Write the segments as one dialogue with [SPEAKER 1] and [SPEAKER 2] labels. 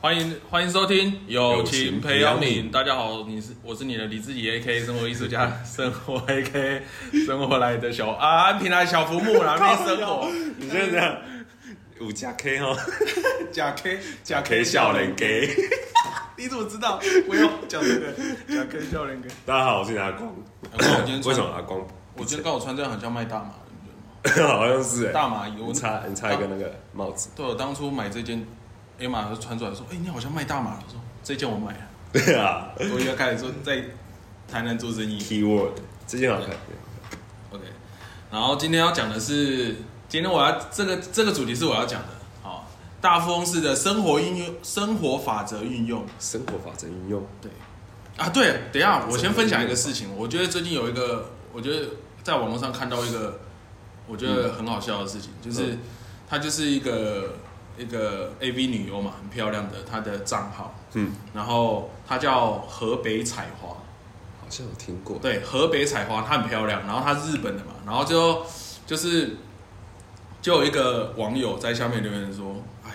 [SPEAKER 1] 欢迎欢迎收听《友情
[SPEAKER 2] 情
[SPEAKER 1] 培
[SPEAKER 2] 培
[SPEAKER 1] 养
[SPEAKER 2] 养
[SPEAKER 1] 皿
[SPEAKER 2] 皿》，
[SPEAKER 1] 大家好，你是我是你的李志怡 A K 生活艺术家， 生活 A K 生活来的小啊，安平来小浮木啦，没生 活
[SPEAKER 2] 你这样有加 K 哦，
[SPEAKER 1] 假 K 假
[SPEAKER 2] K 笑人 K。
[SPEAKER 1] 你怎么知道？我有讲这个假 K 笑人哥。
[SPEAKER 2] 大家好，我是你阿光。
[SPEAKER 1] 阿哎光我今天嗯穿
[SPEAKER 2] 为什么阿光？
[SPEAKER 1] 我觉得刚我穿这样很像卖大麻，你觉得吗？
[SPEAKER 2] 好像是哎、
[SPEAKER 1] 大麻油
[SPEAKER 2] 你插你插一个那个帽子。
[SPEAKER 1] 对，我当初买这件 A 码就穿出来说，哎、你好像卖大麻，我说这件我买了，
[SPEAKER 2] 对啊
[SPEAKER 1] 我要开始做在台南做生意。
[SPEAKER 2] ，keyword 这件好看。
[SPEAKER 1] OK，然后今天要讲的是，今天我要这个这个主题是我要讲的，好、大富翁式的生活应用、生活法则运用。
[SPEAKER 2] 生活法则运用，
[SPEAKER 1] 对，啊对，等一下我先分享一个事情，我觉得最近有一个，我觉得在网络上看到一个，我觉得很好笑的事情，就是
[SPEAKER 2] 嗯
[SPEAKER 1] 她就是一个一个 AV 女优嘛，很漂亮的，她的账号，
[SPEAKER 2] 嗯，
[SPEAKER 1] 然后她叫河北采花，
[SPEAKER 2] 好像有听过。
[SPEAKER 1] 对，河北采花，她很漂亮，然后她是日本的嘛，然后就就是就有一个网友在下面留言说，哎呀，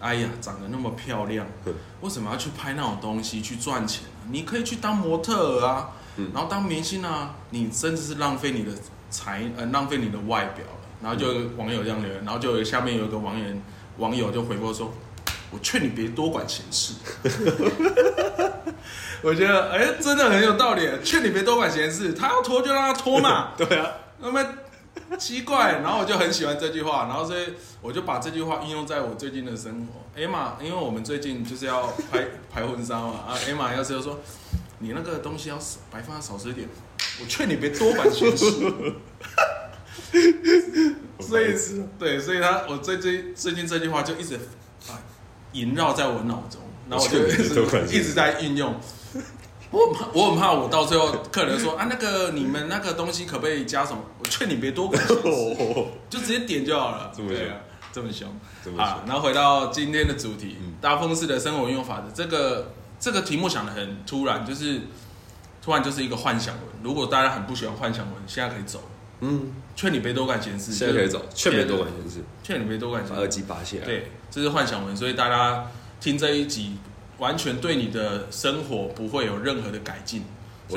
[SPEAKER 1] 哎呀，长得那么漂亮
[SPEAKER 2] 嗯，
[SPEAKER 1] 为什么要去拍那种东西去赚钱呢、你可以去当模特儿啊，
[SPEAKER 2] 嗯
[SPEAKER 1] 然后当明星啊，你甚至是浪费你的才，呃，浪费你的外表了。然后就有一个网友这样留言，然后就有下面有一个网友网友就回复说。我劝你别多管闲事， 我觉得哎、真的很有道理。劝你别多管闲事，他要拖就让他拖嘛，
[SPEAKER 2] 对啊，
[SPEAKER 1] 那么奇怪，然后我就很喜欢这句话，然后所以我就把这句话应用在我最近的生活。艾玛，因为我们最近就是要拍拍婚纱嘛，啊，艾玛要是就说你那个东西要少白放少吃一点，我劝你别多管闲事。所以对，所以他我最近最近这句话就一直啊萦绕在我脑中，然后我就
[SPEAKER 2] 我
[SPEAKER 1] 一
[SPEAKER 2] 劝你别多管闲
[SPEAKER 1] 直
[SPEAKER 2] 事
[SPEAKER 1] 一直在运用。我很怕，我很怕，我到最后客人说啊，那个你们那个东西可不可以加什么？我劝你别多管 闲事，
[SPEAKER 2] 哦，
[SPEAKER 1] 就直接点就好了。
[SPEAKER 2] 这么凶
[SPEAKER 1] 对啊，这么凶
[SPEAKER 2] 这么凶
[SPEAKER 1] 啊！然后回到今天的主题
[SPEAKER 2] 嗯，
[SPEAKER 1] 大风式的生活运用法则。这个这个题目想的很突然，就是突然就是一个幻想文。如果大家很不喜欢幻想文，现在可以走。
[SPEAKER 2] 嗯，
[SPEAKER 1] 劝你别多管闲事，
[SPEAKER 2] 现在可以走
[SPEAKER 1] 就，是
[SPEAKER 2] 劝别多管闲事，
[SPEAKER 1] 劝你别多管
[SPEAKER 2] 把
[SPEAKER 1] 闲
[SPEAKER 2] 耳
[SPEAKER 1] 事。
[SPEAKER 2] 机拔下来。，
[SPEAKER 1] 对，这是幻想文，所以大家听这一集，完全对你的生活不会有任何的改进，
[SPEAKER 2] 不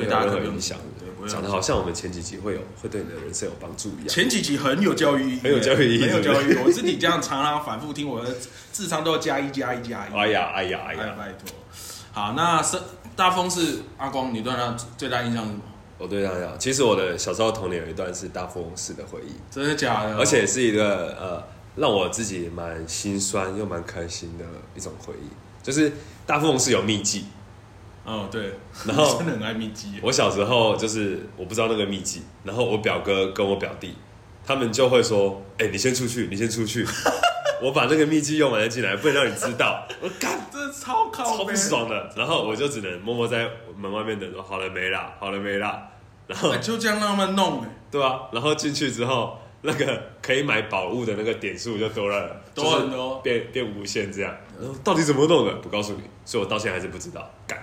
[SPEAKER 1] 所
[SPEAKER 2] 会
[SPEAKER 1] 以
[SPEAKER 2] 有
[SPEAKER 1] 大家
[SPEAKER 2] 任
[SPEAKER 1] 可
[SPEAKER 2] 何
[SPEAKER 1] 以
[SPEAKER 2] 影响
[SPEAKER 1] 对，不会有
[SPEAKER 2] 的。讲的好像我们前几集会有，会对你的人生有帮助一样。
[SPEAKER 1] 前几集很有教育意义，
[SPEAKER 2] 很有教育意义
[SPEAKER 1] 很有
[SPEAKER 2] 是不
[SPEAKER 1] 教
[SPEAKER 2] 是
[SPEAKER 1] 育意义。我自己这样常常反复听，我的智商都要加一加一加一。
[SPEAKER 2] 哎呀，哎呀，哎
[SPEAKER 1] 哎
[SPEAKER 2] 呀
[SPEAKER 1] 呀，！拜托。好，那是大风是阿光，你对他最大印象是什么？
[SPEAKER 2] 我哦对大家，其实我的小时候童年有一段是大富翁式的回忆，
[SPEAKER 1] 真的假的？
[SPEAKER 2] 而且是一个呃，让我自己蛮心酸又蛮开心的一种回忆。就是大富翁是有秘籍，
[SPEAKER 1] 哦，对，
[SPEAKER 2] 然 后
[SPEAKER 1] 真的很爱密集耶。
[SPEAKER 2] 我小时候就是我不知道那个秘籍，然后我表哥跟我表弟，他们就会说：“哎、你先出去，你先出去， 我把那个秘籍用完了进来，不能让你知道。”我干，
[SPEAKER 1] 真的超靠
[SPEAKER 2] 超
[SPEAKER 1] 背
[SPEAKER 2] 不爽的。然后我就只能默默在门外面等，说：“好了没啦，好了没啦。”然后
[SPEAKER 1] 哎就这样让他们弄哎，
[SPEAKER 2] 对啊，然后进去之后，那个可以买宝物的那个点数就多了，
[SPEAKER 1] 多很多
[SPEAKER 2] 就是变变无限这样。然后到底怎么弄的？不告诉你，所以我到现在还是不知道，干，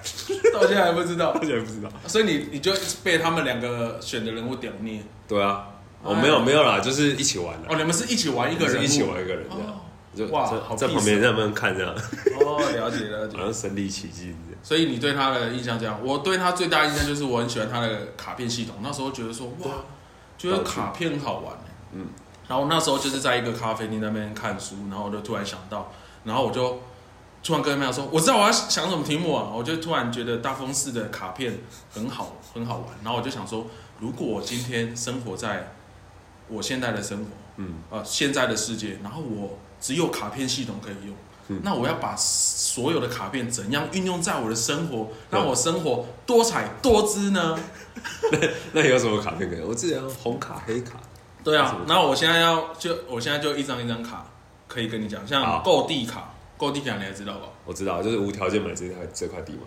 [SPEAKER 1] 到现在还不知道
[SPEAKER 2] 到。现在不知道。
[SPEAKER 1] 所以你你就被他们两个选的人物屌虐
[SPEAKER 2] 对啊，我、
[SPEAKER 1] 哎
[SPEAKER 2] 没有没有啦，就是一起玩啦，
[SPEAKER 1] 哦，你们是一起玩一个
[SPEAKER 2] 就是
[SPEAKER 1] 人物，
[SPEAKER 2] 一起玩一个人这
[SPEAKER 1] 哦
[SPEAKER 2] 样，就
[SPEAKER 1] 哇
[SPEAKER 2] 在
[SPEAKER 1] 好
[SPEAKER 2] 在
[SPEAKER 1] peace
[SPEAKER 2] 旁边在那边看这样，
[SPEAKER 1] 哦，了解了解
[SPEAKER 2] 好。像身临其境这样。
[SPEAKER 1] 所以你对他的印象这样，我对他最大印象就是我很喜欢他的卡片系统。那时候觉得说哇，觉得卡片好玩、嗯
[SPEAKER 2] 嗯。
[SPEAKER 1] 然后那时候就是在一个咖啡厅那边看书，然后我就突然想到，然后我就突然跟他们说，我知道我要想什么题目啊，我就突然觉得大风式的卡片很好，很好玩。然后我就想说，如果我今天生活在我现在的生活，
[SPEAKER 2] 嗯，
[SPEAKER 1] 呃现在的世界，然后我只有卡片系统可以用，
[SPEAKER 2] 嗯
[SPEAKER 1] 那我要把所有的卡片怎样运用在我的生活，让我生活多彩多姿呢？
[SPEAKER 2] 那有什么卡片可以？我记得有红卡、黑卡，
[SPEAKER 1] 对啊
[SPEAKER 2] 是，
[SPEAKER 1] 那我现在要就我现在就一张一张卡可以跟你讲，像
[SPEAKER 2] 好
[SPEAKER 1] 购地卡，购地卡你还知道吧？
[SPEAKER 2] 我知道，就是无条件买这块这块地嘛。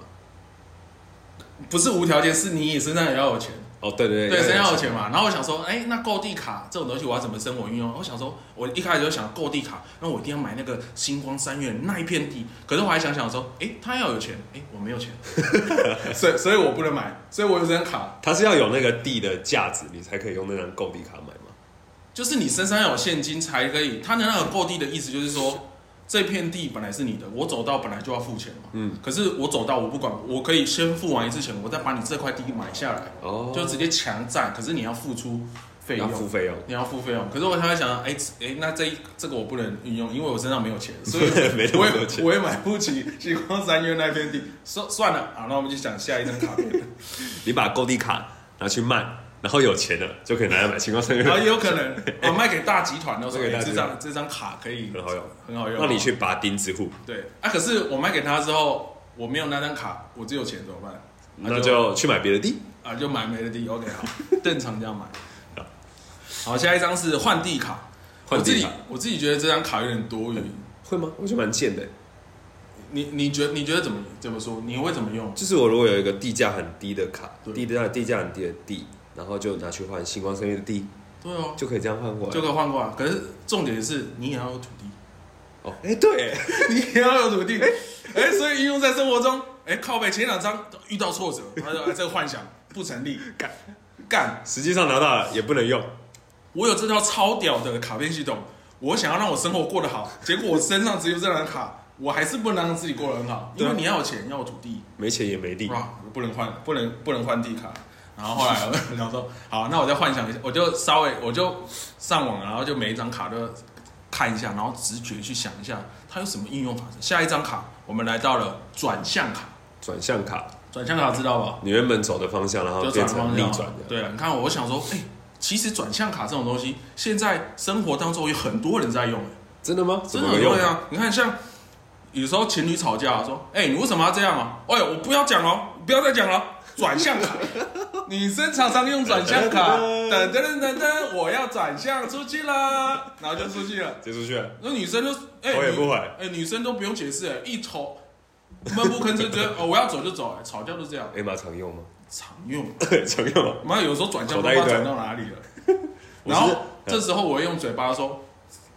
[SPEAKER 1] 不是无条件，是你身上也要有钱，
[SPEAKER 2] 哦，对对
[SPEAKER 1] 对，身上要有钱嘛。然后我想说，哎，那购地卡这种东西我要怎么生活运用？我想说，我一开始就想购地卡，那我一定要买那个星光三月那一片地。可是我还想想说，哎，他要有钱，哎，我没有 钱，所以所以我不能买，所以我有这张卡，
[SPEAKER 2] 它是要有那个地的价值，你才可以用那张购地卡买嘛。
[SPEAKER 1] 就是你身上要有现金才可以。他的那个购地的意思就是说，这片地本来是你的，我走到本来就要付钱嘛。嗯，可是我走到我不管，我可以先付完一次钱，我再把你这块地买下来，
[SPEAKER 2] 哦，
[SPEAKER 1] 就直接强占。可是你要付出费
[SPEAKER 2] 要
[SPEAKER 1] 用，
[SPEAKER 2] 付费用，
[SPEAKER 1] 你要付费用。可是我才会想，哎、哎、那这一这个我不能运用，因为我身上没有钱，所以
[SPEAKER 2] 没那
[SPEAKER 1] 我
[SPEAKER 2] 么
[SPEAKER 1] 也
[SPEAKER 2] 多钱
[SPEAKER 1] 我也买不起星光三月那片地。算算了啊，那我们就讲下一张卡片。
[SPEAKER 2] 你把购地卡拿去卖，然后有钱了就可以拿来买星光三月，
[SPEAKER 1] 然后也有可 能我卖给大集团的时候，
[SPEAKER 2] 卖给大
[SPEAKER 1] 哎
[SPEAKER 2] 集
[SPEAKER 1] 这
[SPEAKER 2] 团
[SPEAKER 1] 张这张卡可以
[SPEAKER 2] 很好用，
[SPEAKER 1] 很好用。
[SPEAKER 2] 让你去拔钉子户，
[SPEAKER 1] 对啊，可是我卖给他之后，我没有那张卡，我只有钱怎么办？啊
[SPEAKER 2] 嗯那就去买别的地。
[SPEAKER 1] 啊就买没的地，OK 好，正常这样买。好，下一张是换地卡，
[SPEAKER 2] 换
[SPEAKER 1] 我自
[SPEAKER 2] 地
[SPEAKER 1] 己
[SPEAKER 2] 卡
[SPEAKER 1] 我自己觉得这张卡有点多余。
[SPEAKER 2] 会吗？我觉得蛮贱的，
[SPEAKER 1] 你你觉你觉得怎么怎么说？你会怎么用？
[SPEAKER 2] 就是我如果有一个地价很低的卡，
[SPEAKER 1] 对
[SPEAKER 2] 地价地价很低的地，然后就拿去换星光三月的地，
[SPEAKER 1] 对哦，
[SPEAKER 2] 就可以这样换过来。
[SPEAKER 1] 就可以换过来。啊可是重点是你也要有土地，
[SPEAKER 2] 哦，哎、对，
[SPEAKER 1] 你也要有土地。哎，所以应用在生活中，哎靠背前两张遇到挫折，他说哎这个幻想不成立，
[SPEAKER 2] 干
[SPEAKER 1] 干
[SPEAKER 2] 实际上拿到了也不能用，
[SPEAKER 1] 我有这套超屌的卡片系统，我想要让我生活过得好，结果我身上只有这张卡，我还是不能让自己过得很好，因
[SPEAKER 2] 对
[SPEAKER 1] 为
[SPEAKER 2] 啊
[SPEAKER 1] 你要有钱，要有土地，
[SPEAKER 2] 没钱也没地。
[SPEAKER 1] 哇，不能换，不能不能换地卡。然后后来我 聊说，好，那我再幻想一下，我就稍微我就上网，然后就每一张卡都看一下，然后直觉去想一下它有什么应用法则。下一张卡，我们来到了转向卡，
[SPEAKER 2] 转向卡，
[SPEAKER 1] 转向卡知道吧？
[SPEAKER 2] 你原本走的方向，然后
[SPEAKER 1] 就
[SPEAKER 2] 哦变
[SPEAKER 1] 转方
[SPEAKER 2] 成逆
[SPEAKER 1] 向
[SPEAKER 2] 转的。
[SPEAKER 1] 对啊，你看我想说，哎、其实转向卡这种东西，现在生活当中有很多人在用、哎
[SPEAKER 2] 真的吗？
[SPEAKER 1] 真的很
[SPEAKER 2] 怎
[SPEAKER 1] 多
[SPEAKER 2] 么
[SPEAKER 1] 人
[SPEAKER 2] 用？
[SPEAKER 1] 啊。你看像有时候情侣吵架、说，哎、你为什么要这样啊？哎、我不要讲了，不要再讲了。转向卡， 女生常常用转向卡，噔噔噔噔噔，我要转向出去了，然后就出去了。
[SPEAKER 2] 接出去了，
[SPEAKER 1] 那女生就哎，
[SPEAKER 2] 头也
[SPEAKER 1] 女
[SPEAKER 2] 不回
[SPEAKER 1] 哎，女生都不用解释，哎，一头闷不吭声，觉得哦，我要走就走，哎，吵架就这样，
[SPEAKER 2] 艾玛常用吗？
[SPEAKER 1] 常用。啊
[SPEAKER 2] 常用啊吗？
[SPEAKER 1] 妈，有时候转向
[SPEAKER 2] 口
[SPEAKER 1] 都不
[SPEAKER 2] 袋
[SPEAKER 1] 知道
[SPEAKER 2] 一堆
[SPEAKER 1] 转到哪里了。
[SPEAKER 2] 我
[SPEAKER 1] 然
[SPEAKER 2] 是嗯
[SPEAKER 1] 后这时候我会用嘴巴说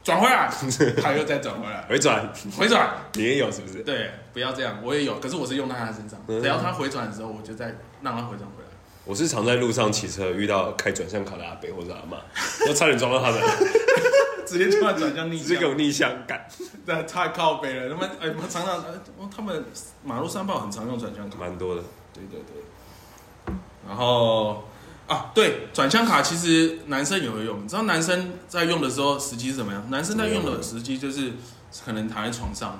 [SPEAKER 1] 转回来， 他又再转回来，
[SPEAKER 2] 回哎转，
[SPEAKER 1] 回转。
[SPEAKER 2] 你也有是不是？
[SPEAKER 1] 对，不要这样，我也有，可是我是用到他身上，
[SPEAKER 2] 嗯
[SPEAKER 1] 只要他回转的时候，我就再让他回转回来。
[SPEAKER 2] 我是常在路上骑车遇到开转向卡的阿伯或者阿妈，我差点撞到 他们，
[SPEAKER 1] 直接突然转向逆
[SPEAKER 2] 直接给
[SPEAKER 1] 向，
[SPEAKER 2] 我逆向干，
[SPEAKER 1] 那太靠北了。他们哎，妈常常哎哦他们马路三炮很常用转向卡。
[SPEAKER 2] 蛮多的。
[SPEAKER 1] 对对对。然后啊，对，转向卡其实男生也会用。你知道男生在用的时候时机是怎么样？男生在用的时机就是可能躺在床上，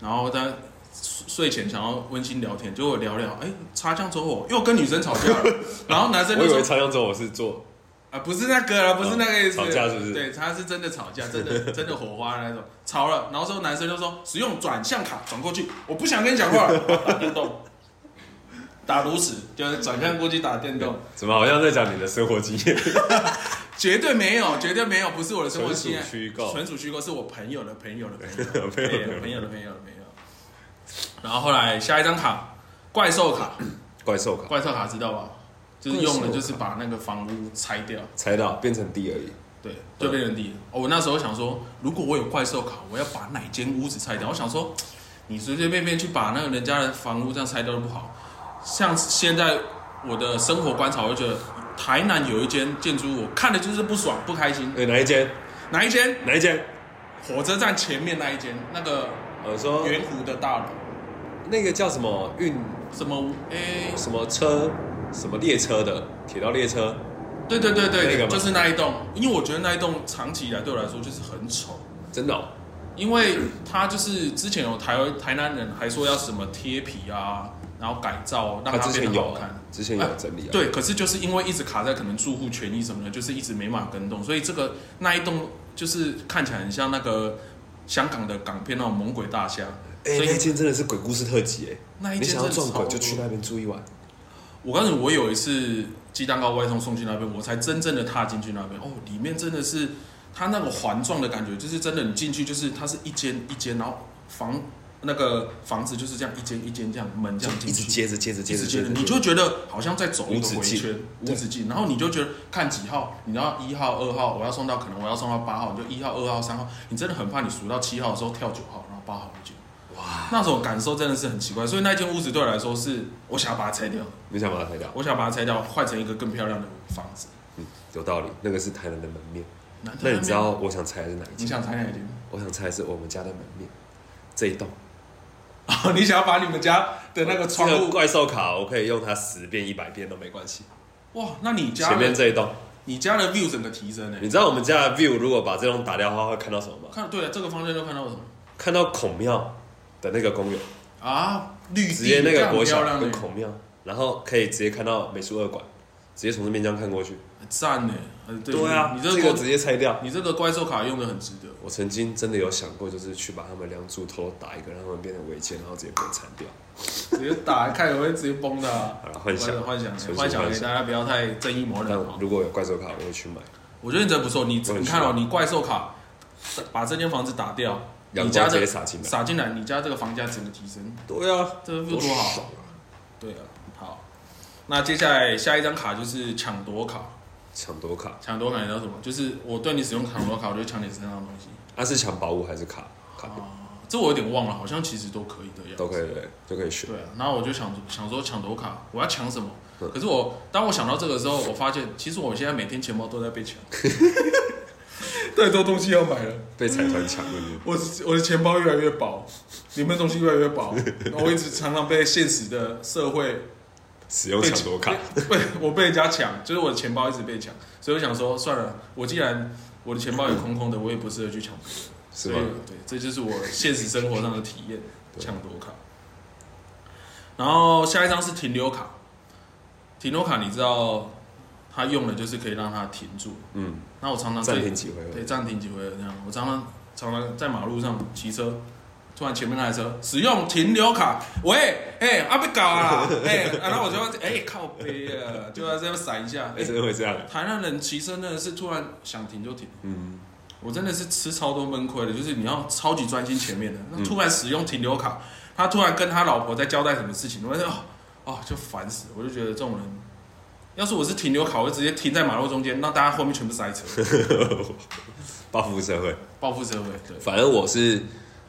[SPEAKER 1] 然后他睡睡前想要温馨聊天，结果聊聊，哎，擦枪走火，又跟女生吵架了。然后男生
[SPEAKER 2] 我
[SPEAKER 1] 就
[SPEAKER 2] 以为
[SPEAKER 1] 说。
[SPEAKER 2] 插向之后我是做，
[SPEAKER 1] 啊，不是那个啊，不是那个意思。
[SPEAKER 2] 哦吵架是不是
[SPEAKER 1] 对，他是真的吵架，真的真的火花那种，吵了，然后之后男生就说使用转向卡转过去，我不想跟你讲话了，打电动，打炉石就是转向过去打电动，
[SPEAKER 2] 怎么好像在讲你的生活经验？
[SPEAKER 1] 绝对没有，绝对没有，不是我的生活经验，
[SPEAKER 2] 纯属虚构
[SPEAKER 1] 纯属虚构，是我朋友的朋友的 朋友。
[SPEAKER 2] 没
[SPEAKER 1] 没有没
[SPEAKER 2] 有没
[SPEAKER 1] 有
[SPEAKER 2] 有
[SPEAKER 1] 的，没有的，没有。然后后来下一张卡，怪兽卡，
[SPEAKER 2] 怪兽卡
[SPEAKER 1] 怪兽卡知道吧？就是用了，就是把那个房屋拆掉，
[SPEAKER 2] 猜到变成 D 而已，
[SPEAKER 1] 对，就变成 D 了。哦，我那时候想说，如果我有怪兽卡，我要把哪间屋子拆掉？我想说，你随随便便去把那个人家的房屋这样拆掉都不好。像现在我的生活观察，我就觉得台南有一间建筑物，我看的就是不爽不开心。
[SPEAKER 2] 哎，哪一间？
[SPEAKER 1] 哪一间？
[SPEAKER 2] 哪一间？
[SPEAKER 1] 火车站前面那一间，那个
[SPEAKER 2] 我呃说
[SPEAKER 1] 圆弧的大楼，
[SPEAKER 2] 那个叫什么运
[SPEAKER 1] 什么屋？哎、
[SPEAKER 2] 什么车什么列车的铁道列车，
[SPEAKER 1] 对对对对，
[SPEAKER 2] 那个吗
[SPEAKER 1] 就是那一栋。因为我觉得那一栋长期以来对我来说就是很丑，
[SPEAKER 2] 真的哦、
[SPEAKER 1] 因为它就是之前有台台南人还说要什么贴皮啊，然后改造让
[SPEAKER 2] 他
[SPEAKER 1] 它
[SPEAKER 2] 之
[SPEAKER 1] 变
[SPEAKER 2] 前
[SPEAKER 1] 得好
[SPEAKER 2] 有啊
[SPEAKER 1] 看。哎
[SPEAKER 2] 之前有整理啊，
[SPEAKER 1] 对，可是就是因为一直卡在可能住户权益什么的，就是一直没办法跟动，所以这个那一栋就是看起来很像那个香港的港片那种猛鬼大厦，
[SPEAKER 2] 哎、
[SPEAKER 1] 所以
[SPEAKER 2] 那间真的是鬼故事特辑哎、
[SPEAKER 1] 那一
[SPEAKER 2] 你
[SPEAKER 1] 间
[SPEAKER 2] 想
[SPEAKER 1] 真的
[SPEAKER 2] 要撞
[SPEAKER 1] 超
[SPEAKER 2] 鬼
[SPEAKER 1] 多
[SPEAKER 2] 就去那边住一晚，
[SPEAKER 1] 我告诉你，我有一次鸡蛋糕外送送去那边，我才真正的踏进去那边。哦，里面真的是它那个环状的感觉，就是真的你进去就是它是一间一间，然后房那个房子就是这样一间一间这样门这样进
[SPEAKER 2] 一直
[SPEAKER 1] 去。
[SPEAKER 2] 接着接着接
[SPEAKER 1] 一直
[SPEAKER 2] 着
[SPEAKER 1] 接
[SPEAKER 2] 接
[SPEAKER 1] 着，
[SPEAKER 2] 着，
[SPEAKER 1] 你就觉得好像在走一
[SPEAKER 2] 无
[SPEAKER 1] 个
[SPEAKER 2] 止
[SPEAKER 1] 回
[SPEAKER 2] 境
[SPEAKER 1] 圈，无
[SPEAKER 2] 对
[SPEAKER 1] 止境。然后你就觉得看几号，你要一号、二号，我要送到可能我要送到八号，你就一号、二号、三号，你真的很怕你数到七号的时候跳九号，然后八号就进。哇，那种感受真的是很奇怪。所以那间屋子对我来说是，我想要把它拆掉。
[SPEAKER 2] 你想把它拆掉，嗯
[SPEAKER 1] 我想把它拆掉，换成一个更漂亮的房子。
[SPEAKER 2] 有道理，那个是台南的门面，
[SPEAKER 1] 南嗯
[SPEAKER 2] 那
[SPEAKER 1] 台
[SPEAKER 2] 你知道我想猜的是哪一
[SPEAKER 1] 你
[SPEAKER 2] 间？
[SPEAKER 1] 想猜哪一间？
[SPEAKER 2] 我想猜的是我们家的门面这一栋。
[SPEAKER 1] 哦，你想要把你们家的那个窗
[SPEAKER 2] 这个
[SPEAKER 1] 户
[SPEAKER 2] 怪兽卡，我可以用它十遍、一百遍都没关系。
[SPEAKER 1] 哇？那你家
[SPEAKER 2] 前面
[SPEAKER 1] 的
[SPEAKER 2] 这一栋，
[SPEAKER 1] 你家的 view 整个提升呢？欸
[SPEAKER 2] 你知道我们家的 view 如果把这栋打掉的话，会看到什么吗？
[SPEAKER 1] 看对了，啊这个方向就看到什么
[SPEAKER 2] 看到孔庙的那个公园，
[SPEAKER 1] 啊？绿地
[SPEAKER 2] 直接那
[SPEAKER 1] 这
[SPEAKER 2] 个
[SPEAKER 1] 样
[SPEAKER 2] 国
[SPEAKER 1] 漂
[SPEAKER 2] 小
[SPEAKER 1] 亮
[SPEAKER 2] 跟
[SPEAKER 1] 呢，
[SPEAKER 2] 孔庙，然后可以直接看到美术二馆，直接从这边这样看过去。
[SPEAKER 1] 赞呢。呃对你
[SPEAKER 2] 啊这
[SPEAKER 1] 这
[SPEAKER 2] 个
[SPEAKER 1] 个
[SPEAKER 2] 直接拆掉。
[SPEAKER 1] 你这个怪兽卡用的很值得。
[SPEAKER 2] 我曾经真的有想过，就是去把他们两组头打一个，让他们变成违建，然后直接被铲掉。
[SPEAKER 1] 直接打开我会直接崩的啊、
[SPEAKER 2] 好了，幻想，
[SPEAKER 1] 幻想
[SPEAKER 2] 纯属
[SPEAKER 1] 幻想
[SPEAKER 2] 幻
[SPEAKER 1] 给
[SPEAKER 2] 想。
[SPEAKER 1] 大家不要太正义魔人
[SPEAKER 2] 但
[SPEAKER 1] 啊！
[SPEAKER 2] 如果有怪兽卡，我会去买。
[SPEAKER 1] 我觉得你这不错，你
[SPEAKER 2] 我很
[SPEAKER 1] 你看
[SPEAKER 2] 喜
[SPEAKER 1] 哦，
[SPEAKER 2] 欢
[SPEAKER 1] 你怪兽卡把这间房子打掉，
[SPEAKER 2] 阳
[SPEAKER 1] 你
[SPEAKER 2] 光
[SPEAKER 1] 家
[SPEAKER 2] 直接
[SPEAKER 1] 的
[SPEAKER 2] 洒进来。
[SPEAKER 1] 撒进来，你家这个房价整个提升，
[SPEAKER 2] 对啊，
[SPEAKER 1] 这不
[SPEAKER 2] 多
[SPEAKER 1] 是多好？
[SPEAKER 2] 爽啊！
[SPEAKER 1] 对啊，好。那接下来下一张卡就是抢夺卡，
[SPEAKER 2] 抢夺卡，
[SPEAKER 1] 抢夺卡你知道什么？就是我对你使用抢夺卡，我就抢你身上的东西。
[SPEAKER 2] 它是抢宝物还是卡？卡片
[SPEAKER 1] 啊，这我有点忘了，好像其实都可以的样子。
[SPEAKER 2] 都可以，对，就可以选。
[SPEAKER 1] 对啊，然后我就想想说抢夺卡，我要抢什么
[SPEAKER 2] 对？
[SPEAKER 1] 可是我当我想到这个时候，我发现其实我现在每天钱包都在被 抢， 太多东西要买了，
[SPEAKER 2] 被财团抢了你。
[SPEAKER 1] 我我的钱包越来越薄，里面东西越来越薄，然后我一直常常被现实的社会
[SPEAKER 2] 使用
[SPEAKER 1] 被
[SPEAKER 2] 抢夺卡，
[SPEAKER 1] 被我被人家抢，就是我的钱包一直被抢，所以我想说算了，我既然我的钱包也空空的，我也不适合去抢别人，
[SPEAKER 2] 是
[SPEAKER 1] 所以
[SPEAKER 2] 吗？
[SPEAKER 1] 对，这就是我现实生活上的体验，
[SPEAKER 2] 对
[SPEAKER 1] 抢夺卡。然后下一张是停留卡，停留卡你知道，它用的就是可以让它停住。
[SPEAKER 2] 嗯，
[SPEAKER 1] 那我常常
[SPEAKER 2] 暂
[SPEAKER 1] 啊对
[SPEAKER 2] 停几回合
[SPEAKER 1] 对暂停几回合这样，我常常常常在马路上骑车。突然前面那台车使用停留卡，喂， 哎、啊被搞 啊，哎、啊然后我就要哎、靠背啊，就要这样闪一下。
[SPEAKER 2] 哎，
[SPEAKER 1] 哎
[SPEAKER 2] 真的会这样？
[SPEAKER 1] 台南人骑车真的是突然想停就停，
[SPEAKER 2] 嗯，
[SPEAKER 1] 我真的是吃超多闷亏的，就是你要超级专心前面的，那突然使用停留卡，他突然跟他老婆在交代什么事情，我就哦哦就烦死了，我就觉得这种人，要是我是停留卡，我就直接停在马路中间，让大家后面全部塞车，
[SPEAKER 2] 报复社会。
[SPEAKER 1] 报复社会。对，
[SPEAKER 2] 反正我是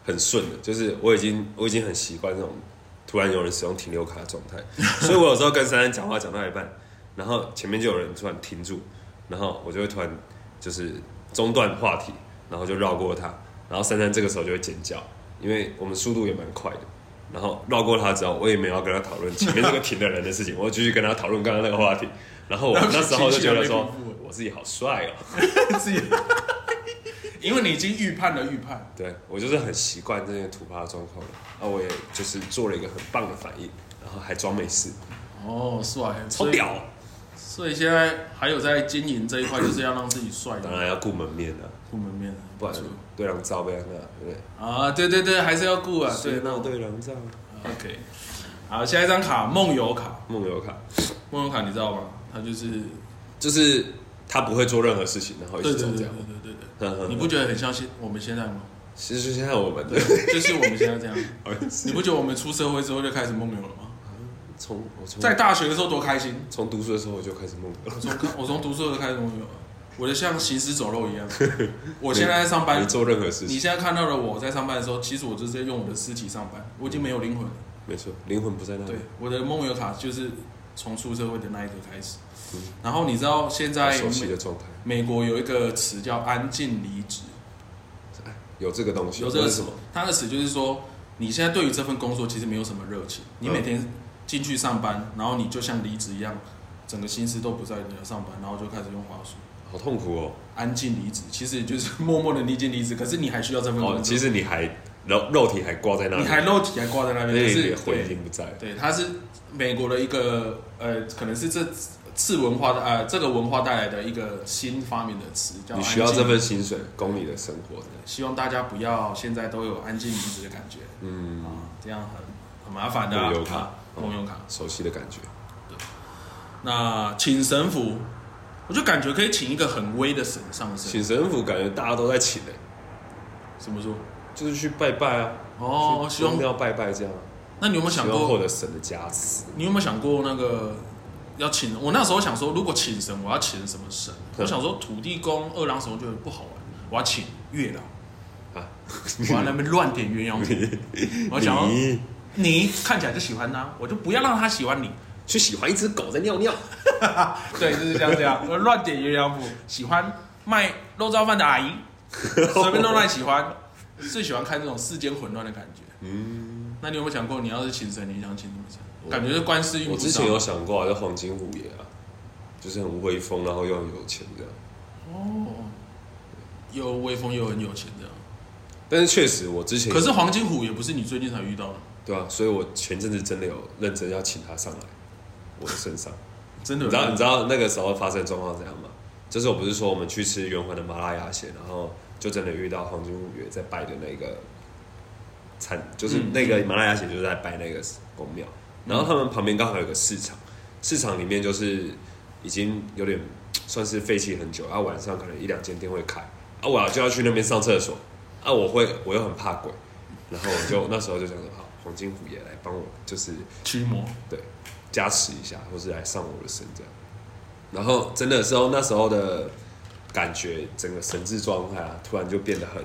[SPEAKER 2] 很顺的，就是我已经我已经很习惯这种突然有人使用停留卡的状态，所以我有时候跟珊珊讲话讲到一半，然后前面就有人突然停住，然后我就会突然就是中断话题，然后就绕过他，然后珊珊这个时候就会尖叫，因为我们速度也蛮快的。然后绕过他之后，我也没有要跟他讨论前面这个停的人的事情，我继续跟他讨论刚刚那个话题。然后我那时候就觉得说，我自己好帅哦，
[SPEAKER 1] 自己，因为你已经预判了预判，
[SPEAKER 2] 对我就是很习惯这些突发的状况了，啊，我也就是做了一个很棒的反应，然后还装没事，
[SPEAKER 1] 哦，帅，
[SPEAKER 2] 超屌哦！
[SPEAKER 1] 所以。所以现在还有在经营这一块，就是要让自己帅
[SPEAKER 2] 当
[SPEAKER 1] 的
[SPEAKER 2] 然要顾门面了、啊，
[SPEAKER 1] 顾门面，
[SPEAKER 2] 不然对狼照被那，对不对？
[SPEAKER 1] 啊，对对对，还是要顾啊，对
[SPEAKER 2] 对，闹对狼照，
[SPEAKER 1] OK，好，下一张卡梦游卡，
[SPEAKER 2] 梦游卡
[SPEAKER 1] 梦游卡你知道吗？它就是
[SPEAKER 2] 就是他不会做任何事情，然后
[SPEAKER 1] 对
[SPEAKER 2] 一
[SPEAKER 1] 对
[SPEAKER 2] 直
[SPEAKER 1] 对
[SPEAKER 2] 走
[SPEAKER 1] 对
[SPEAKER 2] 这
[SPEAKER 1] 对
[SPEAKER 2] 样。
[SPEAKER 1] 对对，
[SPEAKER 2] 呵呵
[SPEAKER 1] 你不觉得很像现我们现在 吗？
[SPEAKER 2] 其实就现在我们的
[SPEAKER 1] 对， 就是我们现在这样。
[SPEAKER 2] 好像是
[SPEAKER 1] 你不觉得我们出社会之后就开始梦游了吗？
[SPEAKER 2] 从我从
[SPEAKER 1] 在大学的时候多开心，
[SPEAKER 2] 从读书的时候我就开始梦游
[SPEAKER 1] 我从我从读书就开始梦游了，我的像行尸走肉一 样。我现在在上
[SPEAKER 2] 了，
[SPEAKER 1] 班
[SPEAKER 2] 你，做任何事
[SPEAKER 1] 你
[SPEAKER 2] 情，
[SPEAKER 1] 现在看到了我在上班的时候，其实我就是在用我的尸体上班，我已经没有灵魂了。
[SPEAKER 2] 没错，灵魂不在那里
[SPEAKER 1] 对，，我的梦游卡就是从出社会的那一刻开始
[SPEAKER 2] 嗯。
[SPEAKER 1] 然后你知道现
[SPEAKER 2] 好
[SPEAKER 1] 在
[SPEAKER 2] 熟
[SPEAKER 1] 每
[SPEAKER 2] 悉的状态，
[SPEAKER 1] 美国有一个词叫“安静离职
[SPEAKER 2] 哎有这个东”，西，
[SPEAKER 1] 有这个
[SPEAKER 2] 那是什
[SPEAKER 1] 词
[SPEAKER 2] 么？，
[SPEAKER 1] 它的词就是说，你现在对于这份工作其实没有什么热情，你
[SPEAKER 2] 嗯
[SPEAKER 1] 每天进去上班，然后你就像离职一样，整个心思都不在你的上班，然后就开始用话术
[SPEAKER 2] 好痛苦哦。
[SPEAKER 1] “安静离职”，其实就是 默默的离间离职，可是你还需要这份工
[SPEAKER 2] 哦，
[SPEAKER 1] 作，
[SPEAKER 2] 其实你还肉肉体还挂在那
[SPEAKER 1] 嗯
[SPEAKER 2] 里，
[SPEAKER 1] 你还肉体还挂在那
[SPEAKER 2] 那
[SPEAKER 1] 边，可
[SPEAKER 2] 你
[SPEAKER 1] 是
[SPEAKER 2] 的魂已
[SPEAKER 1] 对
[SPEAKER 2] 经不在。
[SPEAKER 1] 对，它是美国的一个呃，可能是这次文化的呃这个文化带来的一个新发明的词，叫
[SPEAKER 2] 你
[SPEAKER 1] 安
[SPEAKER 2] 需要这
[SPEAKER 1] 静
[SPEAKER 2] 份薪水供你的生活的。
[SPEAKER 1] 希望大家不要现在都有安静离职的感觉啊、
[SPEAKER 2] 嗯，
[SPEAKER 1] 这样很很麻烦的、啊。
[SPEAKER 2] 梦游卡
[SPEAKER 1] 啊梦游卡。
[SPEAKER 2] 熟悉的感觉。
[SPEAKER 1] 那请神符，我就感觉可以请一个很威的神上身。
[SPEAKER 2] 请神符感觉大家都在请哎、
[SPEAKER 1] 怎么说？
[SPEAKER 2] 就是去拜拜啊。
[SPEAKER 1] 哦，
[SPEAKER 2] 去
[SPEAKER 1] 希望。
[SPEAKER 2] 要拜拜这样啊，
[SPEAKER 1] 那你有没有
[SPEAKER 2] 希
[SPEAKER 1] 想
[SPEAKER 2] 望获
[SPEAKER 1] 过？
[SPEAKER 2] 得神的加持。
[SPEAKER 1] 你有没有想过那个要请？我那时候想说，如果请神，我要请什么神？
[SPEAKER 2] 嗯
[SPEAKER 1] 我想说土地公、二郎神，我觉得不好玩，我要请月 老。
[SPEAKER 2] 啊
[SPEAKER 1] 我要那边乱点鸳鸯谱。我想要
[SPEAKER 2] 你
[SPEAKER 1] 你看起来就喜欢他，我就不要让他喜欢你。
[SPEAKER 2] 去喜欢一只狗在尿尿，
[SPEAKER 1] 对，就是像这样，乱点鸳鸯谱，喜欢卖肉燥饭的 阿姨，随便弄来喜欢，最喜欢看这种世间混乱的感觉。
[SPEAKER 2] 嗯，
[SPEAKER 1] 那你有没有想过，你要是请神，你想请什么神？
[SPEAKER 2] 我
[SPEAKER 1] 感觉是官司运
[SPEAKER 2] 我
[SPEAKER 1] 不
[SPEAKER 2] 之前
[SPEAKER 1] 上。
[SPEAKER 2] 有想过啊，叫黄金虎爷啊，就是很威风，然后又很有钱这样。
[SPEAKER 1] 哦，又威风又很有钱这样。
[SPEAKER 2] 但是确实，我之前
[SPEAKER 1] 可是黄金虎也不是你最近才遇到的，
[SPEAKER 2] 对啊，所以我前阵子真的有认真要请他上来我的身上。
[SPEAKER 1] 真的有
[SPEAKER 2] 你知道
[SPEAKER 1] 人。
[SPEAKER 2] 你知道那个时候发生的状况怎样吗？就是我不是说我们去吃圆环的麻辣鸭血，然后就真的遇到黄金五月在拜的那个餐，就是
[SPEAKER 1] 嗯
[SPEAKER 2] 那个麻辣鸭血就是在拜那个宫庙，然后他们旁边刚好有个市场，市场里面就是已经有点算是废弃很久，啊晚上可能一两间店会开，啊我要就要去那边上厕所，啊我会我又很怕鬼，然后我就那时候就想说好，黄金虎也来帮我就是
[SPEAKER 1] 驱魔，
[SPEAKER 2] 加持一下，或是来上我的身这样。然后真的时候，那时候的感觉，整个神智状态啊，突然就变得很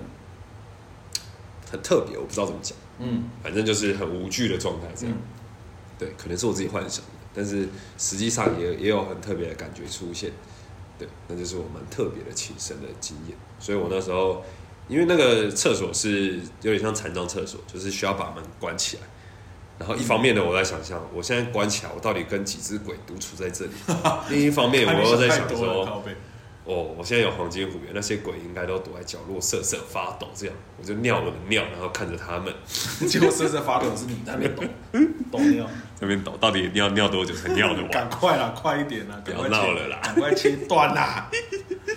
[SPEAKER 2] 很特别，我不知道怎么讲，
[SPEAKER 1] 嗯
[SPEAKER 2] 反正就是很无惧的状态这样。
[SPEAKER 1] 嗯，
[SPEAKER 2] 对，可能是我自己幻想的，但是实际上也也有很特别的感觉出现。对，那就是我蛮特别的亲身的经验。所以我那时候，因为那个厕所是有点像残障厕所，就是需要把门关起来。然后一方面呢，我在想象我现在关起来，我到底跟几只鬼独处在 这里；另一方面，哎我又在想
[SPEAKER 1] 太多了
[SPEAKER 2] 说，
[SPEAKER 1] 靠背
[SPEAKER 2] 哦，我现在有黄金虎爷，那些鬼应该都躲在角落瑟瑟发抖，这样我就尿我的尿，然后看着他们
[SPEAKER 1] 结果瑟瑟发抖是你在那边抖抖 尿，
[SPEAKER 2] 那边抖，到底尿尿多久才尿 得完
[SPEAKER 1] 赶？快啦，快一点啦，
[SPEAKER 2] 不
[SPEAKER 1] 赶快
[SPEAKER 2] 要闹
[SPEAKER 1] 切
[SPEAKER 2] 了啦
[SPEAKER 1] 赶快切断啦。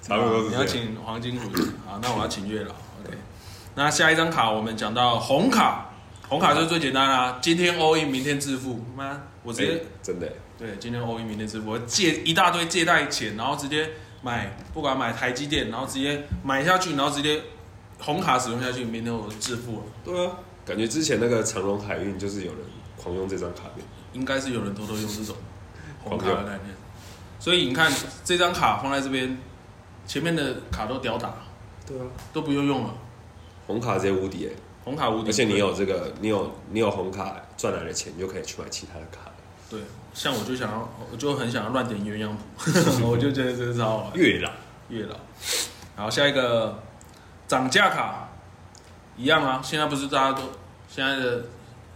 [SPEAKER 2] 差不多是
[SPEAKER 1] 你
[SPEAKER 2] 这
[SPEAKER 1] 要
[SPEAKER 2] 样。哎
[SPEAKER 1] 请黄金虎好，那我要请月老。OK，那下一张卡我们讲到红卡，红卡就是最简单啦、今天 all in，明天致富。妈，我直接、
[SPEAKER 2] 欸真的欸、
[SPEAKER 1] 对，今天 all in，明天致富，我借一大堆借贷钱，然后直接买，不管买台积电，然后直接买下去，然后直接红卡使用下去，明天我就致富了。
[SPEAKER 2] 对啊，感觉之前那个长荣海运就是有人狂用这张卡片，
[SPEAKER 1] 应该是有人偷偷用这种红卡
[SPEAKER 2] 红
[SPEAKER 1] 的
[SPEAKER 2] 卡
[SPEAKER 1] 概念。所以你看这张卡放在这边，前面的卡都屌打，
[SPEAKER 2] 对啊，
[SPEAKER 1] 都不用用了，
[SPEAKER 2] 红卡直接无敌、欸，
[SPEAKER 1] 红卡无敌。
[SPEAKER 2] 而且你有这个，你有你有红卡赚来的钱，你就可以去买其他的卡了，
[SPEAKER 1] 对，像我就想要，我就很想要乱点鸳鸯谱， 我就觉得这是超好玩。
[SPEAKER 2] 月老
[SPEAKER 1] 月老，然后下一个涨价卡，一样啊。现在不是大家都现在的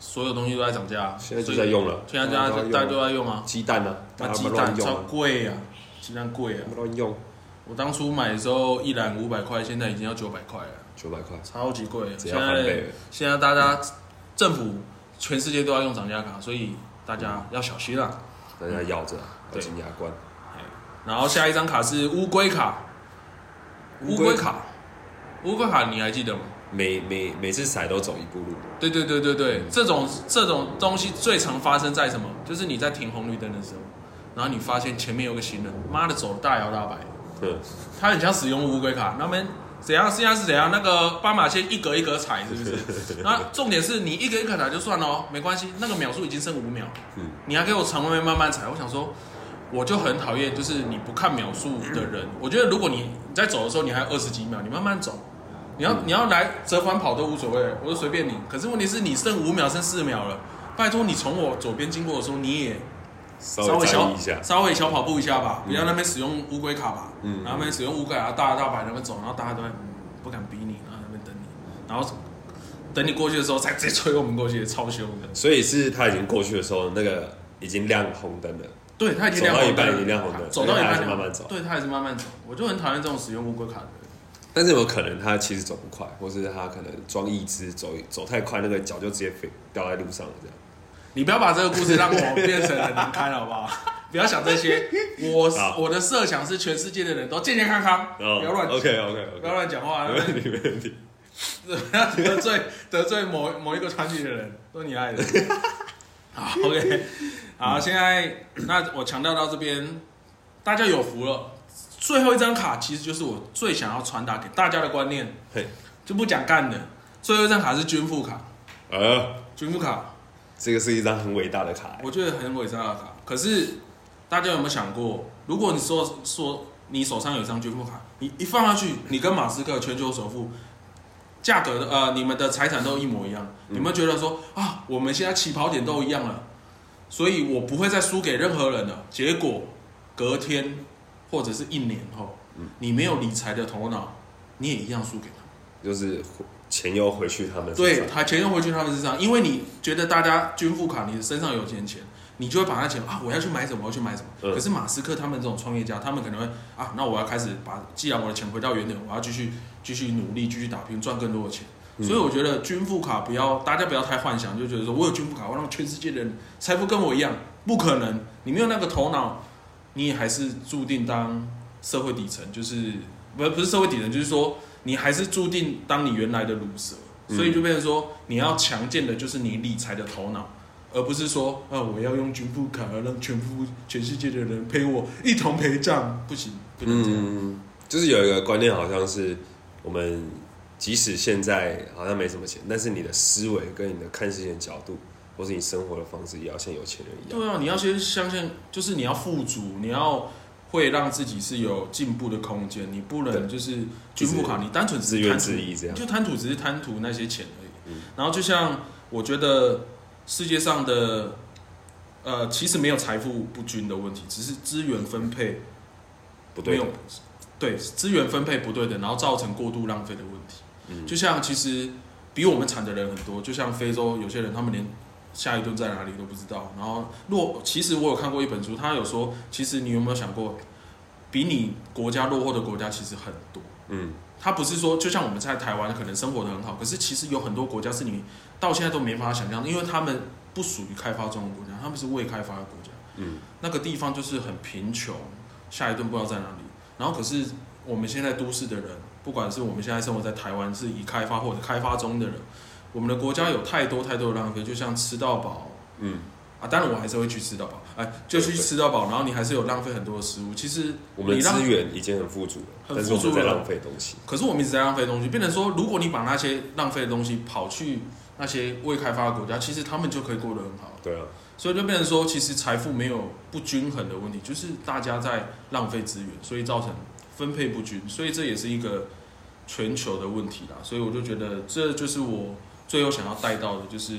[SPEAKER 1] 所有东西都在涨价、啊，
[SPEAKER 2] 现在就在用了，
[SPEAKER 1] 所以，现在大家大
[SPEAKER 2] 大
[SPEAKER 1] 家
[SPEAKER 2] 家都
[SPEAKER 1] 都
[SPEAKER 2] 在用啊
[SPEAKER 1] 在用啊。
[SPEAKER 2] 鸡蛋呢、啊，
[SPEAKER 1] 那
[SPEAKER 2] 大家
[SPEAKER 1] 鸡蛋
[SPEAKER 2] 不乱用
[SPEAKER 1] 超
[SPEAKER 2] 啊，
[SPEAKER 1] 贵啊，鸡蛋贵啊！
[SPEAKER 2] 不乱用，
[SPEAKER 1] 我当初买的时候一篮五百块，现在已经要九百块了，
[SPEAKER 2] 九百块，
[SPEAKER 1] 超级贵啊。
[SPEAKER 2] 只
[SPEAKER 1] 现
[SPEAKER 2] 要翻倍
[SPEAKER 1] 在
[SPEAKER 2] 了，
[SPEAKER 1] 现在大家政府全世界都要用涨价卡，所以大家要小心啊。
[SPEAKER 2] 大家咬着啊，咬
[SPEAKER 1] 对
[SPEAKER 2] 紧牙关。
[SPEAKER 1] 然后下一张卡是乌龟卡，乌
[SPEAKER 2] 乌
[SPEAKER 1] 龟
[SPEAKER 2] 龟
[SPEAKER 1] 卡，乌龟卡你还记得吗？
[SPEAKER 2] 每每每次骰都走一步路，
[SPEAKER 1] 对对对对对，这种这种东西最常发生在什么？就是你在停红绿灯的时候，然后你发现前面有个行人，妈的走得大摇大摆，
[SPEAKER 2] 嗯，
[SPEAKER 1] 他很像使用乌龟卡，那边怎样？现在是怎样？那个斑马线一格一格踩，是不是？那重点是你一格一格踩就算了哦，没关系，那个秒数已经剩五秒，
[SPEAKER 2] 嗯
[SPEAKER 1] 你还给我从外面慢慢踩。我想说，我就很讨厌，就是你不看秒数的人。我觉得如果你你在走的时候，你还有二十几秒，你慢慢走。你要你要来折返跑都无所谓，我就随便你。可是问题是你剩五秒，剩四秒了，拜托你从我左边经过的时候，你也
[SPEAKER 2] 稍
[SPEAKER 1] 稍微
[SPEAKER 2] 微
[SPEAKER 1] 小
[SPEAKER 2] 在意一下，
[SPEAKER 1] 稍微小跑步一下吧，不要那边使用乌龟卡吧，
[SPEAKER 2] 嗯
[SPEAKER 1] 然后那边使用乌龟卡，大摇大摆那边走，然后大家都在嗯不敢逼你，然后在那边等你，然后等你过去的时候才直接催我们过去，超凶的。
[SPEAKER 2] 所以是他已经过去的时候，那个已经亮红灯了。
[SPEAKER 1] 对他已经
[SPEAKER 2] 走
[SPEAKER 1] 亮
[SPEAKER 2] 到
[SPEAKER 1] 红
[SPEAKER 2] 一半
[SPEAKER 1] 灯
[SPEAKER 2] 已经
[SPEAKER 1] 了
[SPEAKER 2] 亮红灯
[SPEAKER 1] 走到一
[SPEAKER 2] 而且
[SPEAKER 1] 半
[SPEAKER 2] 他还是
[SPEAKER 1] 亮
[SPEAKER 2] 慢慢走
[SPEAKER 1] 对他还是慢慢走，我就很讨厌这种使用乌龟卡的人。
[SPEAKER 2] 但是有没有可能他其实走不快，或是他可能装一只走走太快，那个脚就直接飞掉在路上了这样。
[SPEAKER 1] 你不要把这个故事让我变成很难堪，好不好？ 不要想这些，我
[SPEAKER 2] 好哦
[SPEAKER 1] 我的设想是全世界的人都健健康康，不要乱
[SPEAKER 2] OK OK
[SPEAKER 1] 不要
[SPEAKER 2] OK，
[SPEAKER 1] 乱讲 话，
[SPEAKER 2] 没问题没问题。
[SPEAKER 1] 不要得罪得罪某某一个团体的人，都你爱的。好，OK，好，现在那我强调到这边，大家有福了。最后一张卡其实就是我最想要传达给大家的观念，
[SPEAKER 2] 嘿，
[SPEAKER 1] 就不讲干的。最后一张卡是军富卡，
[SPEAKER 2] 呃，
[SPEAKER 1] 军富卡
[SPEAKER 2] 这个是一张很伟大的卡、
[SPEAKER 1] 我觉得很伟大的卡。可是大家有没有想过，如果你说说你手上有一张军富卡，你一放下去，你跟马斯克全球首富价格的呃，你们的财产都一模一样，你们觉得说啊，我们现在起跑点都一样了，所以我不会再输给任何人了。结果隔天或者是一年后，你没有理财的头脑，你也一样输给他。
[SPEAKER 2] 就是钱又回去他们身
[SPEAKER 1] 对，
[SPEAKER 2] 上
[SPEAKER 1] 他钱又回去他们身上，因为你觉得大家均富卡，你身上有钱钱，你就会把那钱啊，我要去买什么，我要去买什么。
[SPEAKER 2] 嗯
[SPEAKER 1] 可是马斯克他们这种创业家，他们可能会啊，那我要开始把，既然我的钱回到原点，我要继续继续努力，继续打拼，赚更多的钱。
[SPEAKER 2] 嗯
[SPEAKER 1] 所以我觉得均富卡不要，大家不要太幻想，就觉得说我有均富卡，我让全世界的人财富跟我一样，不可能。你没有那个头脑，你也还是注定当社会底层，就是不不是社会底层，就是说你还是注定当你原来的乳蛇，
[SPEAKER 2] 嗯
[SPEAKER 1] 所以就变成说你要强健的就是你理财的头脑，而不是说啊我要用军部卡让全部全世界的人陪我一同陪葬，不行，不能这样。
[SPEAKER 2] 嗯，就是有一个观念，好像是我们即使现在好像没什么钱，但是你的思维跟你的看事情的角度，或是你生活的方式，也要像有钱人一样。
[SPEAKER 1] 对啊，你要先相信，就是你要富足，你要会让自己是有进步的空间，你不能
[SPEAKER 2] 对
[SPEAKER 1] 就是军部卡，你单纯只
[SPEAKER 2] 自
[SPEAKER 1] 是贪
[SPEAKER 2] 怨
[SPEAKER 1] 图
[SPEAKER 2] 自艾这样
[SPEAKER 1] 就贪图只是贪图那些钱而已。
[SPEAKER 2] 嗯
[SPEAKER 1] 然后就像我觉得世界上的呃，其实没有财富不均的问题，只是资源分配
[SPEAKER 2] 不
[SPEAKER 1] 没
[SPEAKER 2] 对
[SPEAKER 1] 有，对资源分配不对等，然后造成过度浪费的问题。
[SPEAKER 2] 嗯
[SPEAKER 1] 就像其实比我们惨的人很多，就像非洲有些人，他们连下一顿在哪里都不知道。然后落，其实我有看过一本书，他有说，其实你有没有想过，比你国家落后的国家其实很多。
[SPEAKER 2] 嗯，
[SPEAKER 1] 他不是说，就像我们在台湾可能生活的很好，可是其实有很多国家是你到现在都没办法想象的，因为他们不属于开发中的国家，他们是未开发的国家。
[SPEAKER 2] 嗯，
[SPEAKER 1] 那个地方就是很贫穷，下一顿不知道在哪里。然后可是我们现在都市的人，不管是我们现在生活在台湾是已开发或者开发中的人，我们的国家有太多太多的浪费，就像吃到饱，
[SPEAKER 2] 嗯，
[SPEAKER 1] 啊，当然我还是会去吃到饱，哎，就去吃到饱，然后你还是有浪费很多的食物。其实
[SPEAKER 2] 我们
[SPEAKER 1] 你
[SPEAKER 2] 的
[SPEAKER 1] 让
[SPEAKER 2] 资源已经很富足了，
[SPEAKER 1] 很
[SPEAKER 2] 但是我
[SPEAKER 1] 富
[SPEAKER 2] 们
[SPEAKER 1] 足
[SPEAKER 2] 在
[SPEAKER 1] 了
[SPEAKER 2] 浪费东西。
[SPEAKER 1] 可是我们一直在浪费东西，变成说，如果你把那些浪费的东西跑去那些未开发的国家，其实他们就可以过得很好。
[SPEAKER 2] 对啊，
[SPEAKER 1] 所以就变成说，其实财富没有不均衡的问题，就是大家在浪费资源，所以造成分配不均，所以这也是一个全球的问题啦。所以我就觉得这就是我最后想要带到的，就是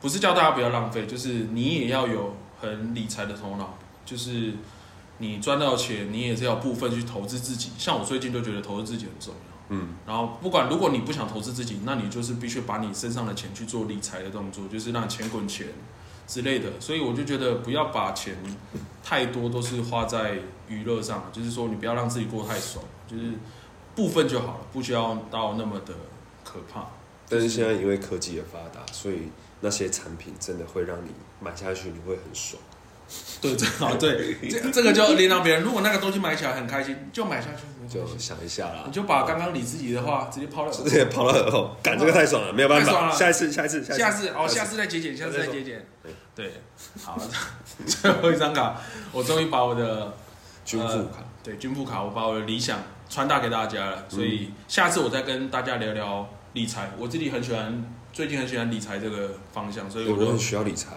[SPEAKER 1] 不是叫大家不要浪费，就是你也要有很理财的头脑，就是你赚到钱，你也是要部分去投资自己。像我最近就觉得投资自己很重要。
[SPEAKER 2] 嗯，
[SPEAKER 1] 然后不管如果你不想投资自己，那你就是必须把你身上的钱去做理财的动作，就是让钱滚钱之类的。所以我就觉得不要把钱太多都是花在娱乐上，啊就是说你不要让自己过太爽，就是部分就好了，不需要到那么的可怕。
[SPEAKER 2] 但是现在因为科技的发达，所以那些产品真的会让你买下去，你会很爽。
[SPEAKER 1] 对，这好对， 这这个就连到别人。如果那个东西买起来很开心，就买下去，没
[SPEAKER 2] 就
[SPEAKER 1] 关系
[SPEAKER 2] 想一下啦，
[SPEAKER 1] 你就把 刚刚理自己的话直接抛了。
[SPEAKER 2] 直接跑到耳后，干这个太爽了，没有办
[SPEAKER 1] 太爽
[SPEAKER 2] 法，
[SPEAKER 1] 了
[SPEAKER 2] 下一次，下一次，
[SPEAKER 1] 下次哦，下
[SPEAKER 2] 次，
[SPEAKER 1] 次再节俭，下次再节俭
[SPEAKER 2] 对。
[SPEAKER 1] 对，好， 最后一张卡，我终于把我的
[SPEAKER 2] 均
[SPEAKER 1] 呃
[SPEAKER 2] 富卡。
[SPEAKER 1] 对军富卡，我把我的理想传达给大家了。所以
[SPEAKER 2] 嗯
[SPEAKER 1] 下次我再跟大家聊聊理财，我自己很喜欢，最近很喜欢理财这个方向，所以
[SPEAKER 2] 对
[SPEAKER 1] 我
[SPEAKER 2] 我
[SPEAKER 1] 就
[SPEAKER 2] 很需要理财。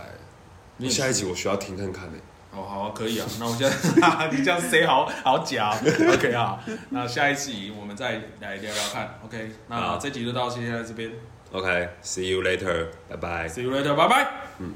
[SPEAKER 1] 你也
[SPEAKER 2] 下一集我需要听看看呢、
[SPEAKER 1] 哦，好啊，可以啊。那我现在 你这样 say 好好假哦，OK 啊。那下一期我们再来聊聊看，OK。那
[SPEAKER 2] 好
[SPEAKER 1] 这集就到现在这边
[SPEAKER 2] OK，see、you later，拜拜。
[SPEAKER 1] ，See you later，拜拜。
[SPEAKER 2] 嗯，